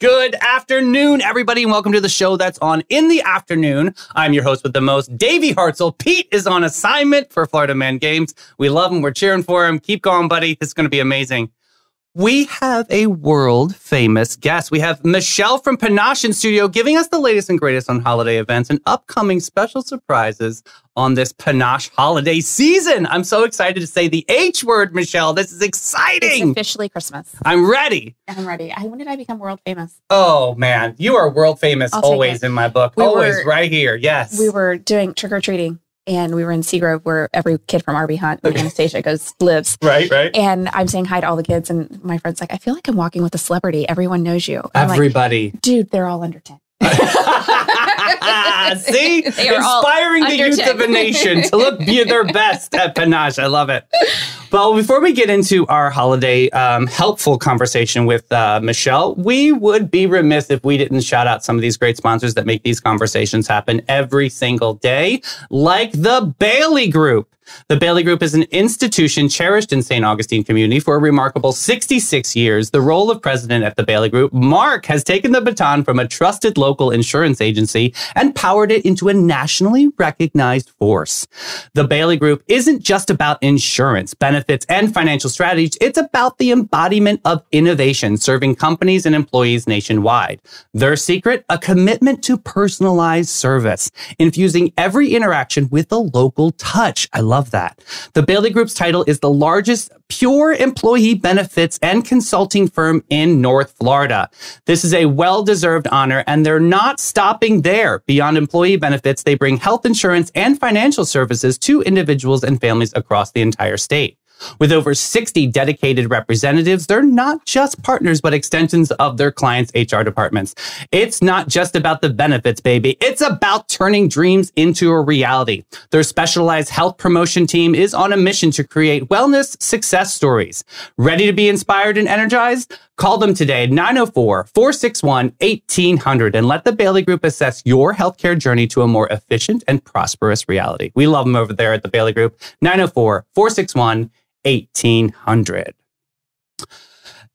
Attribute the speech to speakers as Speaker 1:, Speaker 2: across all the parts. Speaker 1: Good afternoon, everybody, and welcome to the show that's on in the afternoon. I'm your host with the most, Davey Hartzell. Pete is on assignment for Florida Man Games. We love him. We're cheering for him. Keep going, buddy. This is going to be amazing. We have a world famous guest. We have Michelle from Panache and Studio giving us the latest and greatest on holiday events and upcoming special surprises on this Panache holiday season. I'm so excited to say the H word, Michelle. This is
Speaker 2: It's
Speaker 1: exciting.
Speaker 2: officially Christmas.
Speaker 1: I'm ready.
Speaker 2: I'm ready. I, when did I become world famous?
Speaker 1: Oh man, you are world famous
Speaker 2: I'll take
Speaker 1: always
Speaker 2: it.
Speaker 1: in my book.
Speaker 2: We
Speaker 1: always
Speaker 2: were-
Speaker 1: right here. Yes.
Speaker 2: We were doing trick or treating, and we were in Seagrove, where every kid from RB Hunt and
Speaker 1: Okay.
Speaker 2: Anastasia goes lives.
Speaker 1: right, right.
Speaker 2: And I'm saying hi to all the kids, and my friend's like, "I feel like I'm walking with a celebrity. Everyone knows you." I'm like,
Speaker 1: Everybody.
Speaker 2: dude, they're all under ten.
Speaker 1: See?
Speaker 2: They are all
Speaker 1: Inspiring the
Speaker 2: under
Speaker 1: youth
Speaker 2: 10.
Speaker 1: of a nation to look be their best at panache. I love it. Well, before we get into our holiday um, helpful conversation with uh, Michelle, we would be remiss if we didn't shout out some of these great sponsors that make these conversations happen every single day, like the Bailey Group. The Bailey Group is an institution cherished in St. Augustine community for a remarkable 66 years. The role of president at the Bailey Group, Mark has taken the baton from a trusted local insurance agency and powered it into a nationally recognized force. The Bailey Group isn't just about insurance, benefits, and financial strategies. It's about the embodiment of innovation, serving companies and employees nationwide. Their secret, a commitment to personalized service, infusing every interaction with a local touch. I love that. The Bailey Group's title is the largest pure employee benefits and consulting firm in North Florida. This is a well deserved honor, and they're not stopping there. Beyond employee benefits, they bring health insurance and financial services to individuals and families across the entire state. With over 60 dedicated representatives, they're not just partners, but extensions of their clients' HR departments. It's not just about the benefits, baby. It's about turning dreams into a reality. Their specialized health promotion team is on a mission to create wellness success stories. Ready to be inspired and energized? Call them today, 904 461 1800, and let the Bailey Group assess your healthcare journey to a more efficient and prosperous reality. We love them over there at the Bailey Group, 904 461 1800.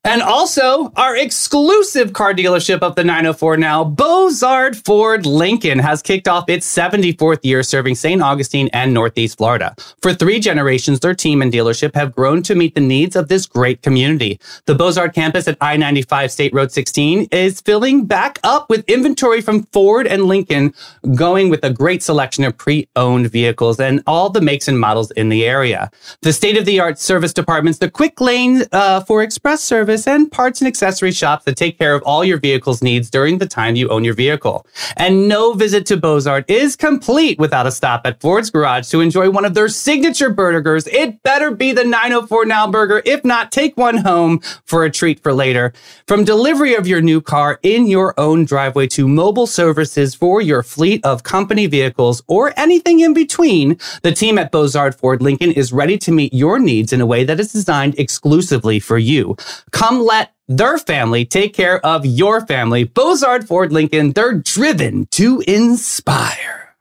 Speaker 1: And also, our exclusive car dealership of the 904 now, Bozard Ford Lincoln, has kicked off its 74th year serving St. Augustine and Northeast Florida. For three generations, their team and dealership have grown to meet the needs of this great community. The Bozard campus at I 95 State Road 16 is filling back up with inventory from Ford and Lincoln, going with a great selection of pre owned vehicles and all the makes and models in the area. The state of the art service departments, the quick lane uh, for express service, and parts and accessory shops that take care of all your vehicle's needs during the time you own your vehicle. And no visit to Bozart is complete without a stop at Ford's Garage to enjoy one of their signature burgers. It better be the 904 Now burger. If not, take one home for a treat for later. From delivery of your new car in your own driveway to mobile services for your fleet of company vehicles or anything in between, the team at Bozard Ford Lincoln is ready to meet your needs in a way that is designed exclusively for you. Come let their family take care of your family. Bozard Ford Lincoln, they're driven to inspire.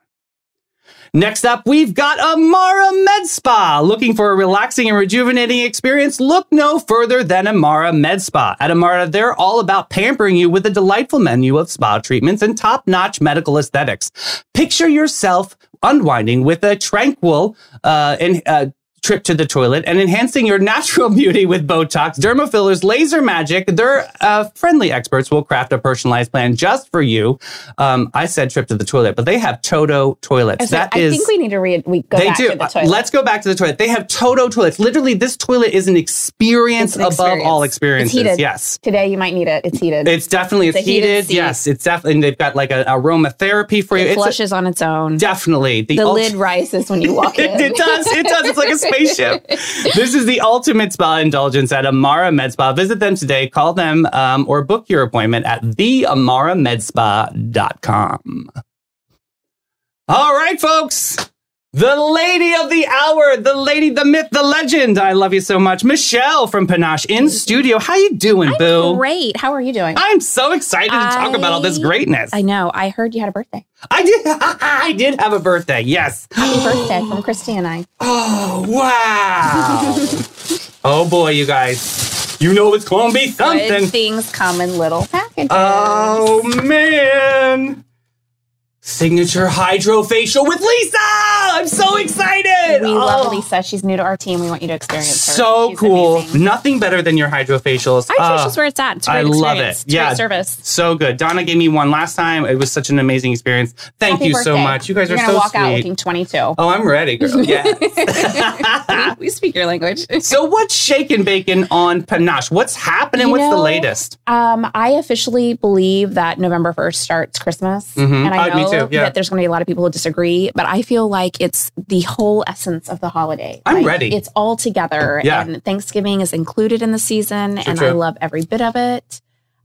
Speaker 1: Next up, we've got Amara Med Spa. Looking for a relaxing and rejuvenating experience? Look no further than Amara Med Spa. At Amara, they're all about pampering you with a delightful menu of spa treatments and top notch medical aesthetics. Picture yourself unwinding with a tranquil uh, and uh, trip to the toilet and enhancing your natural beauty with Botox, derma fillers, laser magic. Their uh, friendly experts will craft a personalized plan just for you. Um, I said trip to the toilet, but they have Toto toilets. That
Speaker 2: I
Speaker 1: is.
Speaker 2: think we need to read. We go
Speaker 1: they
Speaker 2: back
Speaker 1: do.
Speaker 2: to the
Speaker 1: Uh,
Speaker 2: toilet.
Speaker 1: Let's go back to the toilet. They have Toto toilets. Literally, this toilet is an experience
Speaker 2: It's an
Speaker 1: above
Speaker 2: experience.
Speaker 1: all
Speaker 2: It's
Speaker 1: experiences.
Speaker 2: heated.
Speaker 1: Yes.
Speaker 2: Today you might need it. It's heated.
Speaker 1: It's definitely it's,
Speaker 2: It's a heated
Speaker 1: heated.
Speaker 2: seat.
Speaker 1: yes, it's definitely. And they've got like an aromatherapy for you.
Speaker 2: it
Speaker 1: It's a-
Speaker 2: flushes on its own.
Speaker 1: definitely the,
Speaker 2: the
Speaker 1: ultimate-
Speaker 2: lid rises when you walk in.
Speaker 1: it, it does. It does. It's like a spaceship. this is the ultimate spa indulgence at Amara Med Spa. Visit them today. Call them um, or book your appointment at theamaramedspa.com. All right, folks. The lady of the hour, the lady, the myth, the legend. I love you so much, Michelle from Panache in studio. How you doing, Boo?
Speaker 2: Great. How are you doing?
Speaker 1: I'm so excited to talk about all this
Speaker 2: I-
Speaker 1: greatness.
Speaker 2: I know. I heard you had a birthday.
Speaker 1: I did. I did have a birthday. Yes.
Speaker 2: Happy birthday from Christy and I.
Speaker 1: Oh, wow. oh boy, you guys. You know it's gonna be something.
Speaker 2: Good things come in little packages.
Speaker 1: Oh man! Signature hydrofacial with Lisa. I'm so excited.
Speaker 2: we love
Speaker 1: Oh,
Speaker 2: Lisa. She's new to our team. We want you to experience her.
Speaker 1: So
Speaker 2: She's
Speaker 1: cool.
Speaker 2: amazing.
Speaker 1: Nothing better than your hydrofacials. Ah,
Speaker 2: Hydrofacial's where it's at. It's a great
Speaker 1: I love
Speaker 2: experience.
Speaker 1: it.
Speaker 2: It's a great
Speaker 1: Yeah.
Speaker 2: service.
Speaker 1: so good. Donna gave me one last time. It was such an amazing experience. Thank
Speaker 2: Happy
Speaker 1: you so
Speaker 2: birthday.
Speaker 1: much. You guys
Speaker 2: You're
Speaker 1: are
Speaker 2: gonna
Speaker 1: so
Speaker 2: walk
Speaker 1: sweet.
Speaker 2: out looking 22.
Speaker 1: oh, I'm ready, girl. Yeah.
Speaker 2: we speak your language.
Speaker 1: so what's shaking bacon on panache? What's happening?
Speaker 2: You
Speaker 1: what's the
Speaker 2: know,
Speaker 1: latest?
Speaker 2: Um, I officially believe that November 1st starts Christmas.
Speaker 1: Mhm.
Speaker 2: And I
Speaker 1: Uh, me
Speaker 2: know
Speaker 1: too, yeah.
Speaker 2: that there's going to be a lot of people who disagree, but I feel like it's the whole essence of the holiday.
Speaker 1: I'm
Speaker 2: Like,
Speaker 1: ready.
Speaker 2: It's all together.
Speaker 1: Yeah.
Speaker 2: And Thanksgiving is included in the season, and
Speaker 1: true.
Speaker 2: I love every bit of it.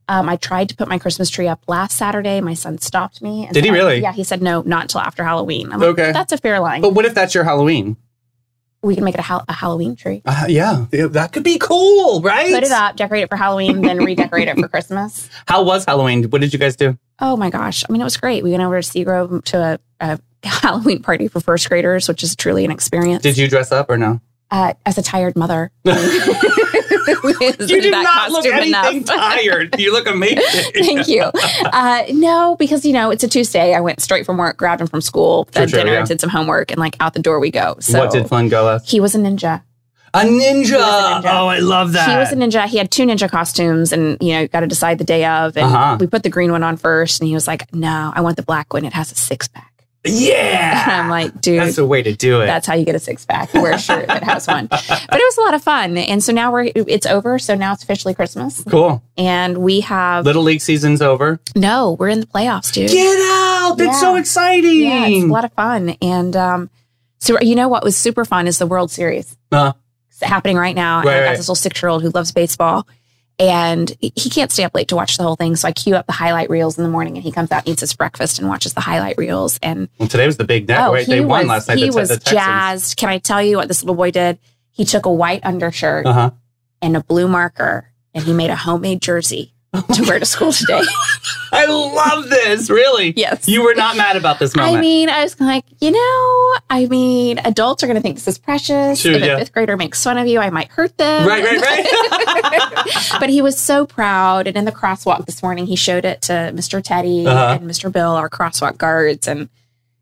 Speaker 2: Um, I tried to put my Christmas tree up last Saturday. My son stopped me. and
Speaker 1: Did he
Speaker 2: said-
Speaker 1: really?
Speaker 2: Yeah, he said no, not until after Halloween. I'm
Speaker 1: Okay. Oh.
Speaker 2: like, that's a fair line.
Speaker 1: But what if that's your Halloween?
Speaker 2: We can make it a, hal- a Halloween tree.
Speaker 1: Uh, yeah, Yeah, that could be cool, right?
Speaker 2: Put it up, decorate it for Halloween, then redecorate it for Christmas.
Speaker 1: How was Halloween? What did you guys do?
Speaker 2: Oh my gosh. I mean, it was great. We went over to Seagrove to a, a Halloween party for first graders, which is truly an experience.
Speaker 1: Did you dress up or no?
Speaker 2: uh, as a tired mother,
Speaker 1: You did not look anything tired. You look amazing.
Speaker 2: Thank you. Uh, no, because you know it's a Tuesday. I went straight from work, grabbed him from school,
Speaker 1: Sure,
Speaker 2: fed
Speaker 1: sure,
Speaker 2: dinner,
Speaker 1: yeah.
Speaker 2: did some homework, and like out the door we go. So
Speaker 1: What did Flynn go as?
Speaker 2: he was a ninja.
Speaker 1: A ninja.
Speaker 2: was a ninja.
Speaker 1: Oh, I love that.
Speaker 2: He was a ninja. He had two ninja costumes, and you know, got to decide the day of. And
Speaker 1: Uh-huh.
Speaker 2: we put the green one on first, and he was like, "No, I want the black one. It has a six pack." And
Speaker 1: yeah.
Speaker 2: I'm like, "Dude,
Speaker 1: That's the way to do it.
Speaker 2: That's how you get a six pack. You wear a shirt that has one. But it was a lot of fun. And so now we're it's over. So now it's officially Christmas.
Speaker 1: cool.
Speaker 2: And we have
Speaker 1: Little league season's over.
Speaker 2: no, we're in the playoffs, dude.
Speaker 1: Get out. That's
Speaker 2: Yeah.
Speaker 1: so exciting.
Speaker 2: Yeah, it's a lot of fun. And um, so you know what was super fun is the World Series.
Speaker 1: Uh,
Speaker 2: It's happening right now.
Speaker 1: Right,
Speaker 2: and I
Speaker 1: right.
Speaker 2: got this little six year old who loves baseball. And he he can't stay up late to watch the whole thing. So I queue up the highlight reels in the morning and he comes out and eats his breakfast and watches the highlight reels. And
Speaker 1: well, today was the big night, right? They won last night.
Speaker 2: Oh, He
Speaker 1: the, Te-
Speaker 2: was
Speaker 1: the Texans.
Speaker 2: jazzed. Can I tell you what this little boy did? He took a white undershirt
Speaker 1: Uh-huh.
Speaker 2: and a blue marker, and he made a homemade jersey
Speaker 1: Oh
Speaker 2: to wear to school today.
Speaker 1: I love this. Really?
Speaker 2: Yes.
Speaker 1: You were not mad about this moment.
Speaker 2: I mean, I was like, you know, I mean, adults are going to think this is precious.
Speaker 1: Sure,
Speaker 2: if
Speaker 1: yeah.
Speaker 2: a fifth grader makes fun of you, I might hurt them.
Speaker 1: right, right, right.
Speaker 2: but he was so proud. And in the crosswalk this morning, he showed it to Mr. Teddy
Speaker 1: Uh-huh.
Speaker 2: and Mr. Bill, our crosswalk guards. And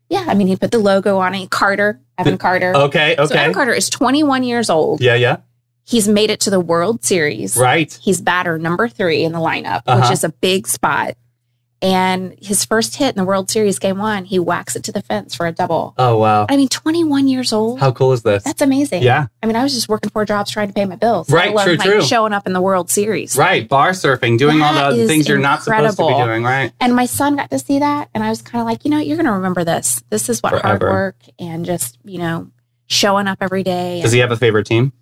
Speaker 2: yeah, I mean, he put the logo on it. Carter, Evan Carter.
Speaker 1: okay, Oh, okay.
Speaker 2: So Evan Carter is 21 years old.
Speaker 1: yeah, yeah.
Speaker 2: He's made it to the World Series.
Speaker 1: Right.
Speaker 2: He's batter number three in the lineup,
Speaker 1: Uh-huh.
Speaker 2: which is a big spot. And his first hit in the World Series game one, he whacks it to the fence for a double.
Speaker 1: Oh, wow.
Speaker 2: I mean, 21 years old.
Speaker 1: How cool is this?
Speaker 2: That's amazing.
Speaker 1: Yeah.
Speaker 2: I mean, I was just working four jobs trying to pay my bills. let
Speaker 1: Right,
Speaker 2: alone,
Speaker 1: true,
Speaker 2: like,
Speaker 1: true.
Speaker 2: Showing up in the World Series.
Speaker 1: Right. Bar surfing, doing all
Speaker 2: That
Speaker 1: the
Speaker 2: is
Speaker 1: things you're not supposed to be
Speaker 2: incredible.
Speaker 1: doing, right?
Speaker 2: And my son got to see that. And I was kind of like, you know, you're going to remember this. This is what hard
Speaker 1: Forever.
Speaker 2: work and just, you know, showing up every day.
Speaker 1: Does he Oh, have a favorite team?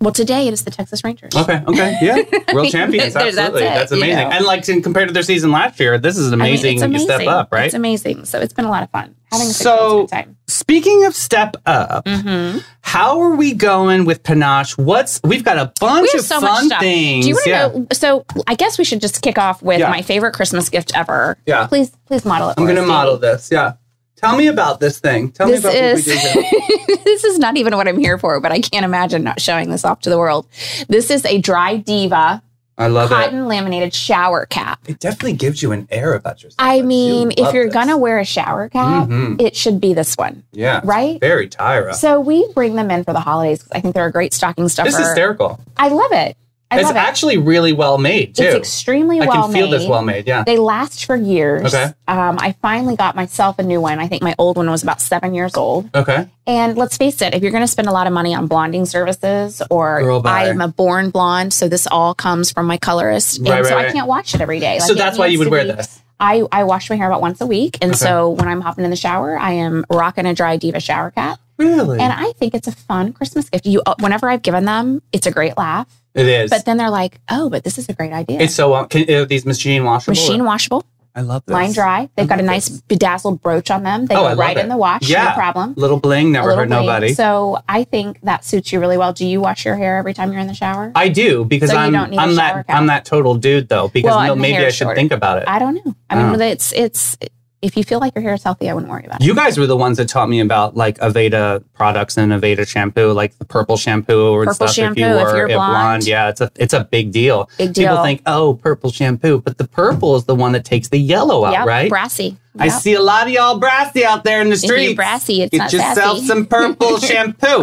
Speaker 2: well, today it is the Texas Rangers.
Speaker 1: Okay, okay, yeah, world
Speaker 2: mean,
Speaker 1: champions,
Speaker 2: there- that's
Speaker 1: absolutely.
Speaker 2: it,
Speaker 1: That's
Speaker 2: you
Speaker 1: amazing.
Speaker 2: know.
Speaker 1: And like in, compared to their season last year, this is an
Speaker 2: I mean,
Speaker 1: amazing,
Speaker 2: it's
Speaker 1: step
Speaker 2: amazing.
Speaker 1: up, right?
Speaker 2: It's amazing. So it's been a lot of fun having a
Speaker 1: So-
Speaker 2: so, time.
Speaker 1: Speaking of step up,
Speaker 2: Mm-hmm.
Speaker 1: how are we going with panache? What's we've got a bunch
Speaker 2: We have
Speaker 1: of
Speaker 2: so much
Speaker 1: fun
Speaker 2: stuff.
Speaker 1: things.
Speaker 2: Do you want to
Speaker 1: yeah.
Speaker 2: know? So I guess we should just kick off with
Speaker 1: Yeah.
Speaker 2: my favorite Christmas gift ever.
Speaker 1: Yeah.
Speaker 2: Please, please model it.
Speaker 1: I'm
Speaker 2: for
Speaker 1: going to
Speaker 2: us,
Speaker 1: model
Speaker 2: Jamie.
Speaker 1: this. Yeah, tell me about this thing. Tell
Speaker 2: This
Speaker 1: me about what
Speaker 2: is
Speaker 1: we did. here.
Speaker 2: this is not even what I'm here for, but I can't imagine not showing this off to the world. This is a dry diva
Speaker 1: I love it.
Speaker 2: cotton laminated shower cap.
Speaker 1: It definitely gives you an air about yourself.
Speaker 2: I mean, if you're gonna
Speaker 1: to
Speaker 2: wear a shower cap,
Speaker 1: hmm
Speaker 2: it should be this one,
Speaker 1: yeah,
Speaker 2: right?
Speaker 1: very Tyra.
Speaker 2: So we bring them in for the holidays 'cause I think they're a great stocking stuffer.
Speaker 1: it's hysterical.
Speaker 2: I love it. I
Speaker 1: it's
Speaker 2: love it.
Speaker 1: actually really well made too.
Speaker 2: It's extremely
Speaker 1: I
Speaker 2: well
Speaker 1: can feel
Speaker 2: made.
Speaker 1: this well made. Yeah.
Speaker 2: They last for years.
Speaker 1: Okay.
Speaker 2: Um, I finally got myself a new one. I think my old one was about seven years old.
Speaker 1: Okay.
Speaker 2: And let's face it, if you're going to spend a lot of money on blonding services, or
Speaker 1: Girl, bye.
Speaker 2: I am a born blonde, so this all comes from my colorist,
Speaker 1: Right,
Speaker 2: and so
Speaker 1: right,
Speaker 2: I
Speaker 1: right.
Speaker 2: can't wash it every day. Like,
Speaker 1: so
Speaker 2: it
Speaker 1: that's why you
Speaker 2: needs
Speaker 1: would
Speaker 2: to
Speaker 1: wear
Speaker 2: be-
Speaker 1: this.
Speaker 2: I, I wash my hair about once a week, and
Speaker 1: Okay.
Speaker 2: so when I'm hopping in the shower, I am rocking a dry diva shower cap,
Speaker 1: Really?
Speaker 2: and I think it's a fun Christmas gift. You, uh, whenever I've given them, it's a great laugh,
Speaker 1: it is.
Speaker 2: but then they're like, "Oh, but this is a great idea."
Speaker 1: it's so uh, can, are these machine washable.
Speaker 2: machine washable.
Speaker 1: I love this.
Speaker 2: line dry. They've got a
Speaker 1: love
Speaker 2: nice
Speaker 1: this.
Speaker 2: bedazzled brooch on them. They
Speaker 1: Mm-hmm. Oh, I love
Speaker 2: go right
Speaker 1: it.
Speaker 2: in the watch,
Speaker 1: Yeah.
Speaker 2: no problem.
Speaker 1: Little bling
Speaker 2: A
Speaker 1: never
Speaker 2: little
Speaker 1: hurt
Speaker 2: bling.
Speaker 1: nobody.
Speaker 2: So I think that suits you really well. Do you wash your hair every time you're in the shower? I,
Speaker 1: I do because
Speaker 2: So you
Speaker 1: I'm
Speaker 2: don't need a
Speaker 1: I'm
Speaker 2: shower
Speaker 1: that
Speaker 2: cap.
Speaker 1: I'm that total dude though because
Speaker 2: Well,
Speaker 1: no,
Speaker 2: and
Speaker 1: maybe
Speaker 2: hair
Speaker 1: I should
Speaker 2: short.
Speaker 1: think about it.
Speaker 2: don't know. I mean,
Speaker 1: Oh.
Speaker 2: it's it's if you feel like your hair is healthy, I wouldn't worry about it.
Speaker 1: You guys were the ones that taught me about like Aveda products and Aveda shampoo, like the purple shampoo or
Speaker 2: Purple
Speaker 1: stuff.
Speaker 2: shampoo,
Speaker 1: if you
Speaker 2: if
Speaker 1: were
Speaker 2: you're blonde.
Speaker 1: yeah, it's a it's a big deal.
Speaker 2: Big deal.
Speaker 1: People think, oh, purple shampoo, but the purple is the one that takes the yellow out,
Speaker 2: Yep,
Speaker 1: right?
Speaker 2: Brassy.
Speaker 1: I
Speaker 2: Yep.
Speaker 1: see a lot of y'all brassy out there in the
Speaker 2: If you're
Speaker 1: streets.
Speaker 2: brassy, it's
Speaker 1: Get
Speaker 2: not
Speaker 1: yourself
Speaker 2: sassy.
Speaker 1: some purple shampoo.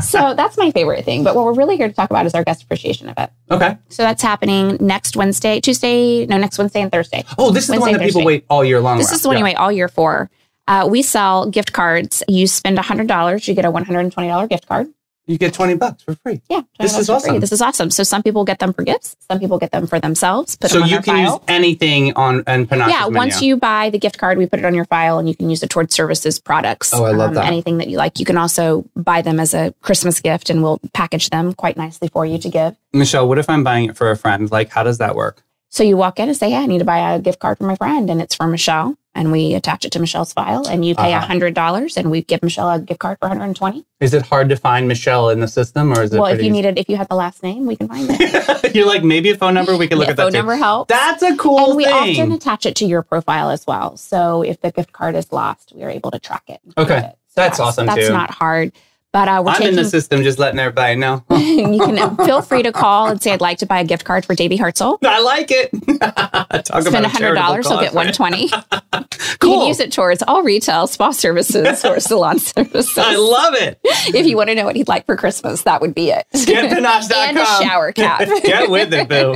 Speaker 2: so that's my favorite thing. But what we're really here to talk about is our guest appreciation event.
Speaker 1: Okay.
Speaker 2: So that's happening next Wednesday, Tuesday, no, next Wednesday and Thursday.
Speaker 1: Oh, this is the one
Speaker 2: Wednesday,
Speaker 1: that people
Speaker 2: Thursday.
Speaker 1: wait all year long.
Speaker 2: This
Speaker 1: around.
Speaker 2: is the one
Speaker 1: Yeah.
Speaker 2: you wait all year for. Uh, we sell gift cards. You spend $100, you get a $120 gift card.
Speaker 1: You get twenty bucks for free.
Speaker 2: Yeah.
Speaker 1: This
Speaker 2: $20
Speaker 1: is
Speaker 2: for
Speaker 1: awesome.
Speaker 2: This is awesome. So some people get them for gifts. Some people get them for themselves. Put
Speaker 1: so
Speaker 2: them on
Speaker 1: you
Speaker 2: their
Speaker 1: can
Speaker 2: file.
Speaker 1: use anything on and Panache's
Speaker 2: yeah, once you buy the gift card, we put it on your file and you can use it towards services products. um,
Speaker 1: Oh, I love that.
Speaker 2: Anything that you like. You can also buy them as a Christmas gift and we'll package them quite nicely for you to give.
Speaker 1: Michelle, what if I'm buying it for a friend? Like, how does that work?
Speaker 2: So you walk in and say, Hey, I need to buy a gift card for my friend and it's for Michelle. And we attach it to Michelle's file and you pay a
Speaker 1: Uh-huh.
Speaker 2: $100 and we give Michelle a gift card for 120
Speaker 1: Is it hard to find Michelle in the system, or is it?
Speaker 2: Well, if
Speaker 1: pretty
Speaker 2: you need it, if you have the last name, we can find it.
Speaker 1: easy? You're like maybe a phone number. We can look
Speaker 2: Yeah,
Speaker 1: at that
Speaker 2: phone
Speaker 1: too.
Speaker 2: number helps.
Speaker 1: That's a cool
Speaker 2: and we
Speaker 1: thing.
Speaker 2: often attach it to your profile as well. So if the gift card is lost, we are able to track it. and
Speaker 1: Okay.
Speaker 2: find it. So
Speaker 1: That's awesome,
Speaker 2: That's
Speaker 1: too.
Speaker 2: not hard. But uh, we're
Speaker 1: I'm in
Speaker 2: taking
Speaker 1: the system, just letting everybody know.
Speaker 2: you can feel free to call and say I'd like to buy a gift card for Davy Hartzell.
Speaker 1: I like it. Talk
Speaker 2: Spend
Speaker 1: about a
Speaker 2: hundred dollars,
Speaker 1: charitable
Speaker 2: you'll get
Speaker 1: cause, right?
Speaker 2: one twenty. You
Speaker 1: Cool.
Speaker 2: can use it towards all retail, spa services, or salon services.
Speaker 1: I love it.
Speaker 2: if you want to know what he'd like for Christmas, that would be it.
Speaker 1: Get
Speaker 2: and a
Speaker 1: panache.com.
Speaker 2: shower cap.
Speaker 1: Get with it, boo.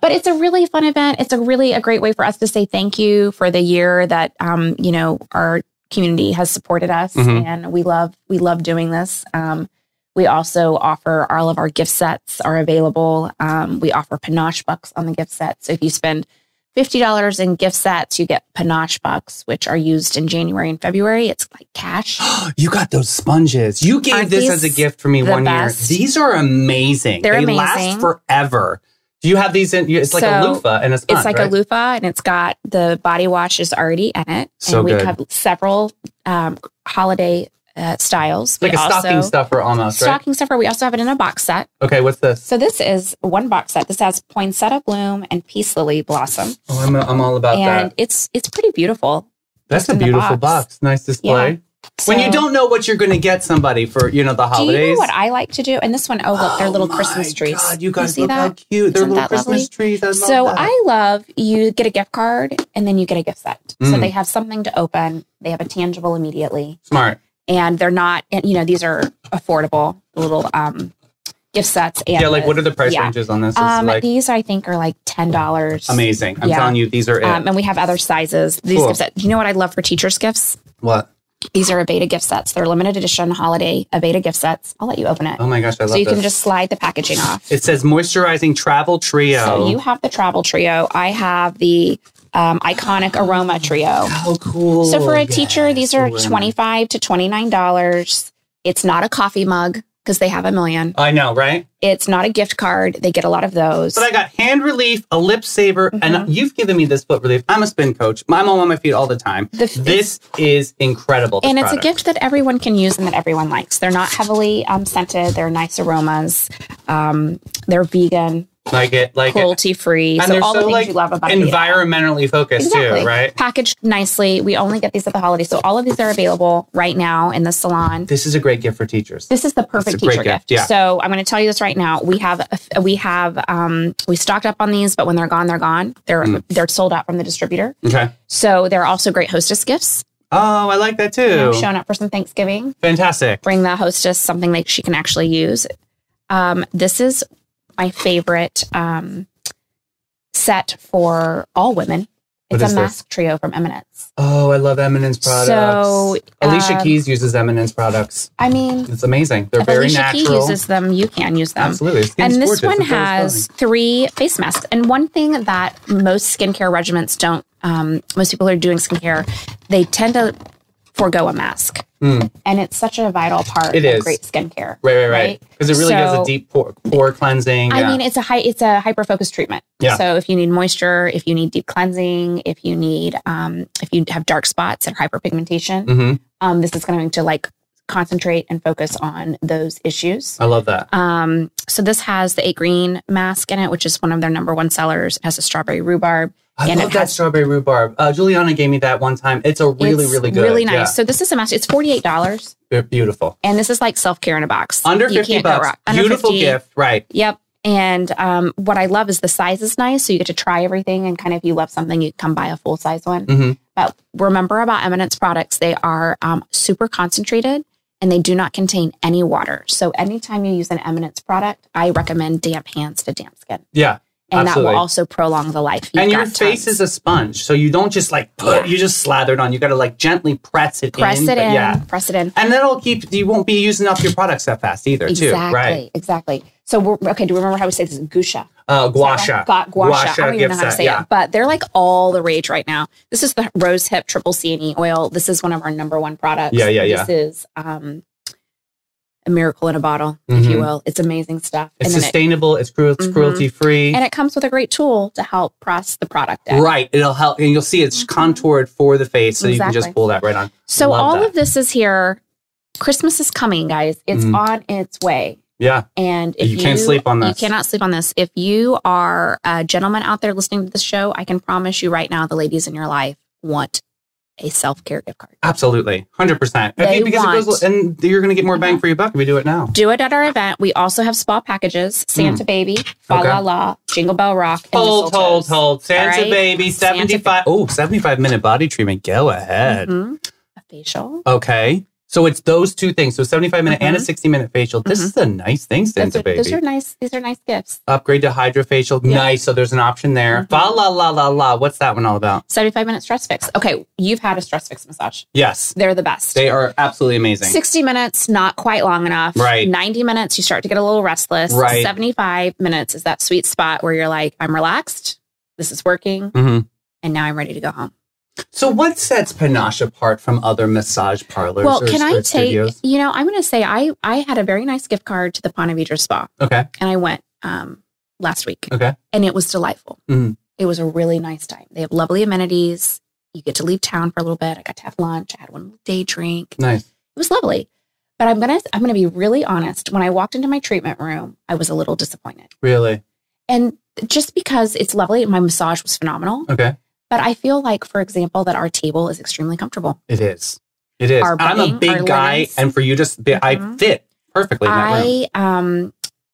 Speaker 2: but it's a really fun event. It's a really a great way for us to say thank you for the year that um, you know our community has supported us,
Speaker 1: Mhm.
Speaker 2: and we love we love doing this. Um, we also offer all of our gift sets are available. Um, we offer panache bucks on the gift sets. So if you spend fifty dollars in gift sets, you get panache bucks, which are used in January and February. It's like cash.
Speaker 1: Oh, You got those sponges. You gave
Speaker 2: Aren't
Speaker 1: this
Speaker 2: these
Speaker 1: as a gift for me
Speaker 2: the
Speaker 1: one
Speaker 2: best?
Speaker 1: year. These are amazing.
Speaker 2: They're
Speaker 1: they last
Speaker 2: amazing.
Speaker 1: forever. Do you have these in? It's like a
Speaker 2: So,
Speaker 1: loofah and a sponge.
Speaker 2: It's like
Speaker 1: right?
Speaker 2: a loofah, and it's got the body wash is already in it.
Speaker 1: So
Speaker 2: and we
Speaker 1: good.
Speaker 2: have several um, holiday uh, styles.
Speaker 1: It's like
Speaker 2: we
Speaker 1: a stocking stuffer almost, right?
Speaker 2: stocking stuffer. We also have it in a box set.
Speaker 1: Okay, what's this?
Speaker 2: So this is one box set. This has poinsettia bloom and peace lily blossom,
Speaker 1: Oh, I'm, I'm all about
Speaker 2: and
Speaker 1: that.
Speaker 2: it's it's pretty beautiful.
Speaker 1: That's a
Speaker 2: in the
Speaker 1: beautiful box.
Speaker 2: box.
Speaker 1: Nice display. when you
Speaker 2: So-
Speaker 1: don't know what you're going to get somebody for, you know, the
Speaker 2: do
Speaker 1: holidays.
Speaker 2: you know what I like to do? And this one, oh look, they're
Speaker 1: Oh
Speaker 2: little
Speaker 1: my
Speaker 2: Christmas trees.
Speaker 1: God, you guys
Speaker 2: see
Speaker 1: look how
Speaker 2: that?
Speaker 1: cute. They're
Speaker 2: Isn't
Speaker 1: little
Speaker 2: that
Speaker 1: Christmas
Speaker 2: lovely?
Speaker 1: trees. I love
Speaker 2: So
Speaker 1: that.
Speaker 2: I love you get a gift card and then you get a gift set. So
Speaker 1: Mm.
Speaker 2: they have something to open. They have a tangible immediately.
Speaker 1: Smart.
Speaker 2: and they're not and, you know these are affordable little um gift sets and
Speaker 1: Yeah, like what are the price
Speaker 2: yeah.
Speaker 1: ranges on this? It's
Speaker 2: um
Speaker 1: like
Speaker 2: these i think are like ten dollars
Speaker 1: amazing. I'm
Speaker 2: yeah.
Speaker 1: telling you, these are it.
Speaker 2: um, and we have other sizes these
Speaker 1: Cool.
Speaker 2: gift sets you know what i love for teachers gifts
Speaker 1: what?
Speaker 2: these are aveda gift sets they're limited edition holiday aveda gift sets i'll let you open it
Speaker 1: Oh my gosh, I love
Speaker 2: so you
Speaker 1: this.
Speaker 2: can just slide the packaging off
Speaker 1: It says moisturizing travel trio.
Speaker 2: so you have the travel trio i have the um, iconic aroma trio
Speaker 1: How cool.
Speaker 2: So for a
Speaker 1: Oh, Yes,
Speaker 2: teacher, these are
Speaker 1: women.
Speaker 2: twenty-five to twenty-nine dollars. It's not a coffee mug because they have a million.
Speaker 1: I know, right?
Speaker 2: It's not a gift card. They get a lot of those.
Speaker 1: But I got hand relief, a lip saver,
Speaker 2: Mm-hmm.
Speaker 1: and you've given me this foot relief. I'm a spin coach. I'm on my feet all the time.
Speaker 2: The f-
Speaker 1: This is incredible. this
Speaker 2: and it's a
Speaker 1: product.
Speaker 2: gift that everyone can use and that everyone likes. They're not heavily um, scented. They're nice aromas. Um, they're vegan,
Speaker 1: Like it, like it.
Speaker 2: cruelty free.
Speaker 1: And
Speaker 2: So
Speaker 1: they're
Speaker 2: all the
Speaker 1: so
Speaker 2: things
Speaker 1: like
Speaker 2: you love about Aveda.
Speaker 1: environmentally focused too, right?
Speaker 2: Packaged nicely. We only get these at the holiday, so all of these are available right now in the salon.
Speaker 1: This is a great gift for teachers.
Speaker 2: This is the perfect
Speaker 1: It's a great
Speaker 2: teacher
Speaker 1: gift,
Speaker 2: gift.
Speaker 1: yeah.
Speaker 2: So I'm going to tell you this right now. We have we have um, we stocked up on these, but when they're gone, they're gone. They're
Speaker 1: Mm.
Speaker 2: they're sold out from the distributor.
Speaker 1: Okay.
Speaker 2: So they're also great hostess gifts.
Speaker 1: Oh, I like that too.
Speaker 2: You know, showing up for some Thanksgiving,
Speaker 1: Fantastic.
Speaker 2: bring the hostess something that she can actually use. Um, this is my favorite um, set for all women.
Speaker 1: What
Speaker 2: It's
Speaker 1: is
Speaker 2: a
Speaker 1: this?
Speaker 2: mask trio from Eminence.
Speaker 1: Oh, I love Eminence products.
Speaker 2: So
Speaker 1: Alicia
Speaker 2: um,
Speaker 1: Keys uses Eminence products.
Speaker 2: I mean,
Speaker 1: It's amazing. They're
Speaker 2: if
Speaker 1: very
Speaker 2: Alicia Key
Speaker 1: natural.
Speaker 2: uses them, you can use them.
Speaker 1: Absolutely. It's
Speaker 2: and this
Speaker 1: gorgeous.
Speaker 2: one
Speaker 1: It's always
Speaker 2: has three face masks. And one thing that most skincare regimens don't, um, most people who are doing skincare, they tend to forego a mask.
Speaker 1: Mm.
Speaker 2: And it's such a vital part
Speaker 1: It
Speaker 2: of
Speaker 1: is.
Speaker 2: great skincare.
Speaker 1: Right, right, right.
Speaker 2: Right?
Speaker 1: Because it really does a
Speaker 2: So-
Speaker 1: deep pore, pore cleansing.
Speaker 2: I
Speaker 1: yeah.
Speaker 2: mean, it's a high, it's a hyper focused treatment.
Speaker 1: Yeah.
Speaker 2: So if you need moisture, if you need deep cleansing, if you need, um, if you have dark spots and hyperpigmentation,
Speaker 1: Mhm.
Speaker 2: um, this is going to like concentrate and focus on those issues.
Speaker 1: I love that.
Speaker 2: Um, so this has the eight green mask in it, which is one of their number one sellers. It has a strawberry rhubarb.
Speaker 1: I
Speaker 2: And
Speaker 1: love
Speaker 2: it
Speaker 1: that
Speaker 2: has-
Speaker 1: strawberry rhubarb. Uh, Juliana gave me that one time. It's a really,
Speaker 2: It's
Speaker 1: really good.
Speaker 2: really nice. So this is a mask. It's forty eight dollars,
Speaker 1: Yeah, they're beautiful.
Speaker 2: and this is like self care in a box.
Speaker 1: Under
Speaker 2: You
Speaker 1: 50
Speaker 2: can't go
Speaker 1: bucks.
Speaker 2: wrong. Under
Speaker 1: beautiful
Speaker 2: 50.
Speaker 1: gift. Right.
Speaker 2: Yep. And um, what I love is the size is nice, so you get to try everything. And kind of, if you love something, you come buy a full size one.
Speaker 1: hmm
Speaker 2: But remember about Eminence products, they are um, super concentrated and they do not contain any water. So anytime you use an Eminence product, I recommend damp hands to damp skin.
Speaker 1: Yeah.
Speaker 2: And that
Speaker 1: Absolutely.
Speaker 2: will also prolong the life. You've
Speaker 1: and your
Speaker 2: got
Speaker 1: face
Speaker 2: time.
Speaker 1: is a sponge. So you don't just like put, you just slather it on. You got to like gently press it
Speaker 2: press
Speaker 1: in.
Speaker 2: it
Speaker 1: but
Speaker 2: in,
Speaker 1: Yeah.
Speaker 2: press it in.
Speaker 1: And that'll keep, you won't be using up your products that fast either,
Speaker 2: Exactly,
Speaker 1: too. Right.
Speaker 2: exactly. So we're okay. Do you remember how we say this? Gusha.
Speaker 1: Uh, gua sha.
Speaker 2: Got gua
Speaker 1: Gua
Speaker 2: sha.
Speaker 1: sha
Speaker 2: I don't even know
Speaker 1: gives
Speaker 2: how to
Speaker 1: that,
Speaker 2: say
Speaker 1: yeah.
Speaker 2: it, but they're like all the rage right now. This is the rose hip triple CNE oil. This is one of our number one products.
Speaker 1: Yeah, yeah,
Speaker 2: This is um, a miracle in a bottle, if you
Speaker 1: Mhm.
Speaker 2: will. It's amazing stuff.
Speaker 1: It's
Speaker 2: and, then it,
Speaker 1: sustainable. it's cruel, it's
Speaker 2: Mhm.
Speaker 1: cruelty free.
Speaker 2: and it comes with a great tool to help press the product out.
Speaker 1: Right. It'll help. And you'll see it's
Speaker 2: Mhm.
Speaker 1: contoured for the face. So you can just
Speaker 2: Exactly.
Speaker 1: pull that right on.
Speaker 2: So
Speaker 1: Love
Speaker 2: all
Speaker 1: that.
Speaker 2: of this is here. Christmas is coming, guys. It's
Speaker 1: Mhm.
Speaker 2: on its way.
Speaker 1: Yeah.
Speaker 2: And if
Speaker 1: You can't sleep on
Speaker 2: You
Speaker 1: this.
Speaker 2: cannot sleep on this. If you are a gentleman out there listening to the show, I can promise you right now, the ladies in your life want a self care gift card.
Speaker 1: Absolutely. 100%. If
Speaker 2: They
Speaker 1: you- because it goes,
Speaker 2: want- Uh-huh.
Speaker 1: and you're going to get more bang for your buck if you do it now.
Speaker 2: Do it at our event. We also have spa packages Santa Baby, Fa
Speaker 1: Mm. Okay.
Speaker 2: La La, Jingle Bell Rock, and
Speaker 1: Hold,
Speaker 2: Mistletoes.
Speaker 1: hold, hold. Santa
Speaker 2: right?
Speaker 1: baby,
Speaker 2: Santa
Speaker 1: 75. Oh, 75 minute body treatment. Go ahead.
Speaker 2: Mhm. A facial.
Speaker 1: Okay. So it's those two things. So 75 minute and a
Speaker 2: Mhm.
Speaker 1: 60 minute facial. This
Speaker 2: Mhm.
Speaker 1: is a nice thing,
Speaker 2: Those
Speaker 1: Santa
Speaker 2: are, those
Speaker 1: baby.
Speaker 2: are nice. These are nice gifts.
Speaker 1: Upgrade to hydrofacial.
Speaker 2: Yeah.
Speaker 1: Nice. So there's an option there.
Speaker 2: Mhm.
Speaker 1: Fa la la la la. What's that one all about?
Speaker 2: 75 minute stress fix. Okay, you've had a stress fix massage.
Speaker 1: Yes.
Speaker 2: They're the best.
Speaker 1: They are absolutely amazing.
Speaker 2: 60 minutes, not quite long enough.
Speaker 1: Right.
Speaker 2: 90 minutes, you start to get a little restless.
Speaker 1: Right.
Speaker 2: 75 minutes is that sweet spot where you're like, I'm relaxed. This is working.
Speaker 1: hmm
Speaker 2: And now I'm ready to go home.
Speaker 1: So what sets Panache apart from other massage parlors?
Speaker 2: well,
Speaker 1: or,
Speaker 2: can
Speaker 1: or
Speaker 2: I take,
Speaker 1: studios?
Speaker 2: you know, I'm going to say I, I had a very nice gift card to the Ponte Vedra Spa
Speaker 1: Okay.
Speaker 2: and I went um, last week.
Speaker 1: Okay.
Speaker 2: And it was delightful.
Speaker 1: Mhm.
Speaker 2: It was a really nice time. They have lovely amenities. You get to leave town for a little bit. I got to have lunch. I had one day drink.
Speaker 1: Nice.
Speaker 2: it was lovely but i'm gonna i'm gonna be really honest when i walked into my treatment room i was a little disappointed
Speaker 1: Really.
Speaker 2: and just because it's lovely my massage was phenomenal
Speaker 1: Okay.
Speaker 2: but i feel like for example that our table is extremely comfortable
Speaker 1: It is. It is.
Speaker 2: Our
Speaker 1: I'm a
Speaker 2: bedding, our
Speaker 1: big guy,
Speaker 2: linens.
Speaker 1: and for you to be, I
Speaker 2: Mhm.
Speaker 1: fit perfectly in that room.
Speaker 2: i um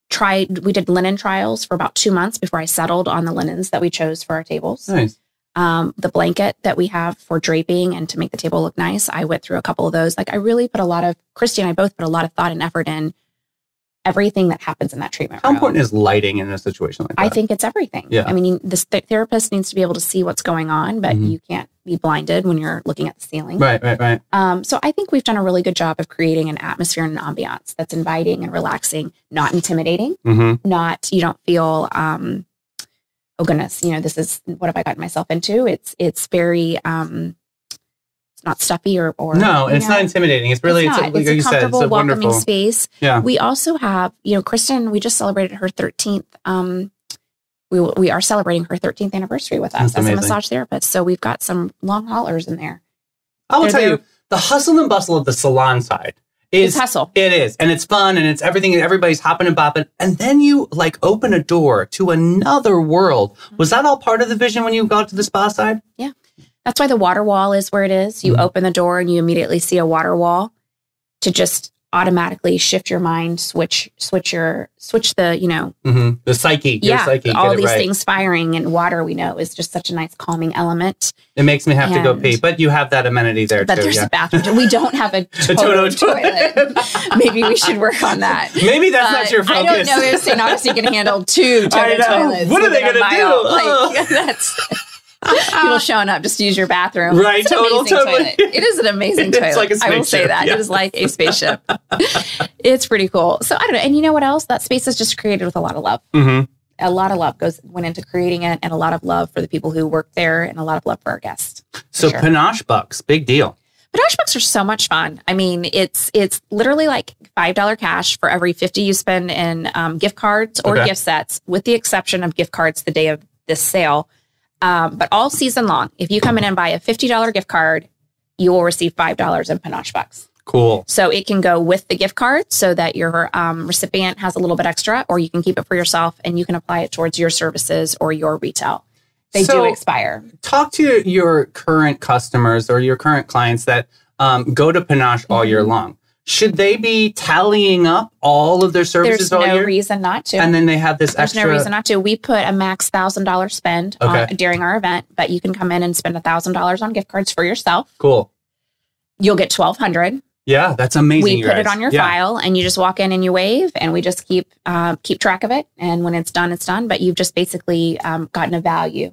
Speaker 2: tried we did linen trials for about two months before i settled on the linens that we chose for our tables
Speaker 1: Nice.
Speaker 2: um, the blanket that we have for draping and to make the table look nice. I went through a couple of those. Like I really put a lot of Christy and I both put a lot of thought and effort in everything that happens in that treatment
Speaker 1: How
Speaker 2: room.
Speaker 1: important is lighting in a situation like that?
Speaker 2: I think it's everything.
Speaker 1: Yeah.
Speaker 2: I mean, you- this th- therapist needs to be able to see what's going on, but
Speaker 1: Mhm.
Speaker 2: you can't be blinded when you're looking at the ceiling.
Speaker 1: Right, right, right.
Speaker 2: Um, so I think we've done a really good job of creating an atmosphere and an ambiance that's inviting and relaxing, not intimidating,
Speaker 1: Mm-hmm.
Speaker 2: not you don't feel um, oh goodness, you know, this is what have I gotten myself into? It's it's very um, it's not stuffy or or
Speaker 1: No,
Speaker 2: you
Speaker 1: it's
Speaker 2: know,
Speaker 1: not intimidating. It's really,
Speaker 2: it's,
Speaker 1: it's,
Speaker 2: not.
Speaker 1: a, like
Speaker 2: it's
Speaker 1: you
Speaker 2: a
Speaker 1: said, it's
Speaker 2: comfortable,
Speaker 1: a
Speaker 2: welcoming
Speaker 1: wonderful.
Speaker 2: space.
Speaker 1: Yeah.
Speaker 2: We also have, you know, Kristen. We just celebrated her 13th. Um, we we are celebrating her 13th anniversary with us
Speaker 1: That's
Speaker 2: as a
Speaker 1: amazing.
Speaker 2: massage therapist. So we've got some long haulers in there.
Speaker 1: I will
Speaker 2: They're
Speaker 1: tell
Speaker 2: there.
Speaker 1: you, the hustle and bustle of the salon side
Speaker 2: It's
Speaker 1: is
Speaker 2: hustle.
Speaker 1: it is, and it's fun, and it's everything, and everybody's hopping and bopping, and then you like open a door to another world. Was
Speaker 2: Mm-hmm.
Speaker 1: that all part of the vision when you got to the spa side?
Speaker 2: That's why the water wall is where it is. You
Speaker 1: Mhm.
Speaker 2: open the door and you immediately see a water wall to just automatically shift your mind, switch switch your switch the you know
Speaker 1: Mm-hmm. The psyche, your
Speaker 2: yeah
Speaker 1: psyche,
Speaker 2: all
Speaker 1: get it
Speaker 2: these
Speaker 1: right.
Speaker 2: things firing and water we know is just such a nice calming element.
Speaker 1: It makes me have to go
Speaker 2: And-
Speaker 1: pee, but you have that amenity there
Speaker 2: but
Speaker 1: too.
Speaker 2: there's
Speaker 1: yeah.
Speaker 2: a bathroom. We don't have a
Speaker 1: A
Speaker 2: total toilet. Maybe we should work on that.
Speaker 1: Maybe that's not
Speaker 2: But
Speaker 1: your focus.
Speaker 2: I don't know if St. Augustine can handle two
Speaker 1: I
Speaker 2: total
Speaker 1: know.
Speaker 2: toilets.
Speaker 1: What are they
Speaker 2: within a
Speaker 1: gonna do?
Speaker 2: mile. Like, that's people showing up just to use your bathroom.
Speaker 1: Right,
Speaker 2: It's an
Speaker 1: total,
Speaker 2: amazing
Speaker 1: totally.
Speaker 2: toilet. It is an amazing
Speaker 1: It's
Speaker 2: toilet.
Speaker 1: like a
Speaker 2: I will say
Speaker 1: spaceship,
Speaker 2: that.
Speaker 1: yeah.
Speaker 2: It is like a spaceship. it's pretty cool. So I don't know. And you know what else? That space is just created with a lot of love.
Speaker 1: Mhm.
Speaker 2: A lot of love goes went into creating it and a lot of love for the people who work there and a lot of love for our guests.
Speaker 1: So
Speaker 2: sure.
Speaker 1: panache bucks, big deal.
Speaker 2: Panache books are so much fun. I mean, it's it's literally like five dollar cash for every fifty you spend in um, gift cards or
Speaker 1: Okay.
Speaker 2: gift sets, with the exception of gift cards the day of this sale. Um, but all season long, if you come in and buy a fifty dollar gift card, you will receive five dollars in panache bucks.
Speaker 1: Cool.
Speaker 2: So it can go with the gift card so that your um, recipient has a little bit extra, or you can keep it for yourself and you can apply it towards your services or your retail. They
Speaker 1: So-
Speaker 2: do expire.
Speaker 1: Talk to your current customers or your current clients that um, go to Panache all year
Speaker 2: Mm-hmm.
Speaker 1: long. Should they be tallying up all of their services
Speaker 2: There's
Speaker 1: all
Speaker 2: no
Speaker 1: year?
Speaker 2: reason not to.
Speaker 1: and then they have this
Speaker 2: There's
Speaker 1: extra.
Speaker 2: no reason not to. We put a max thousand dollar spend
Speaker 1: Okay.
Speaker 2: on, during our event, but you can come in and spend a thousand dollars on gift cards for yourself.
Speaker 1: Cool.
Speaker 2: You'll get twelve hundred.
Speaker 1: Yeah, that's amazing.
Speaker 2: We
Speaker 1: you
Speaker 2: put it
Speaker 1: guys.
Speaker 2: on your
Speaker 1: Yeah.
Speaker 2: file, and you just walk in and you wave, and we just keep uh, keep track of it. And when it's done, it's done. But you've just basically um, gotten a value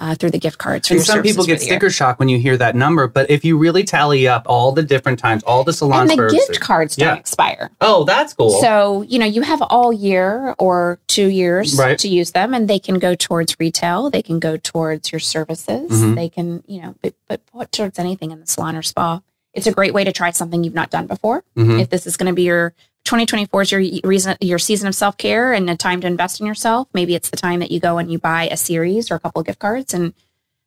Speaker 2: uh, through the gift cards. For
Speaker 1: And
Speaker 2: your
Speaker 1: some people
Speaker 2: services for
Speaker 1: get
Speaker 2: the year.
Speaker 1: sticker shock when you hear that number, but if you really tally up all the different times, all the salon
Speaker 2: and the
Speaker 1: services.
Speaker 2: gift cards
Speaker 1: Yeah.
Speaker 2: don't expire.
Speaker 1: oh, that's cool.
Speaker 2: So, you know, you have all year or two years
Speaker 1: Right.
Speaker 2: to use them, and they can go towards retail, they can go towards your services,
Speaker 1: Mhm.
Speaker 2: they can, you know, but, but put towards anything in the salon or spa. It's a great way to try something you've not done before.
Speaker 1: Mhm.
Speaker 2: If this is going to be your 2024 is your y- reason, your season of self care and a time to invest in yourself. Maybe it's the time that you go and you buy a series or a couple of gift cards and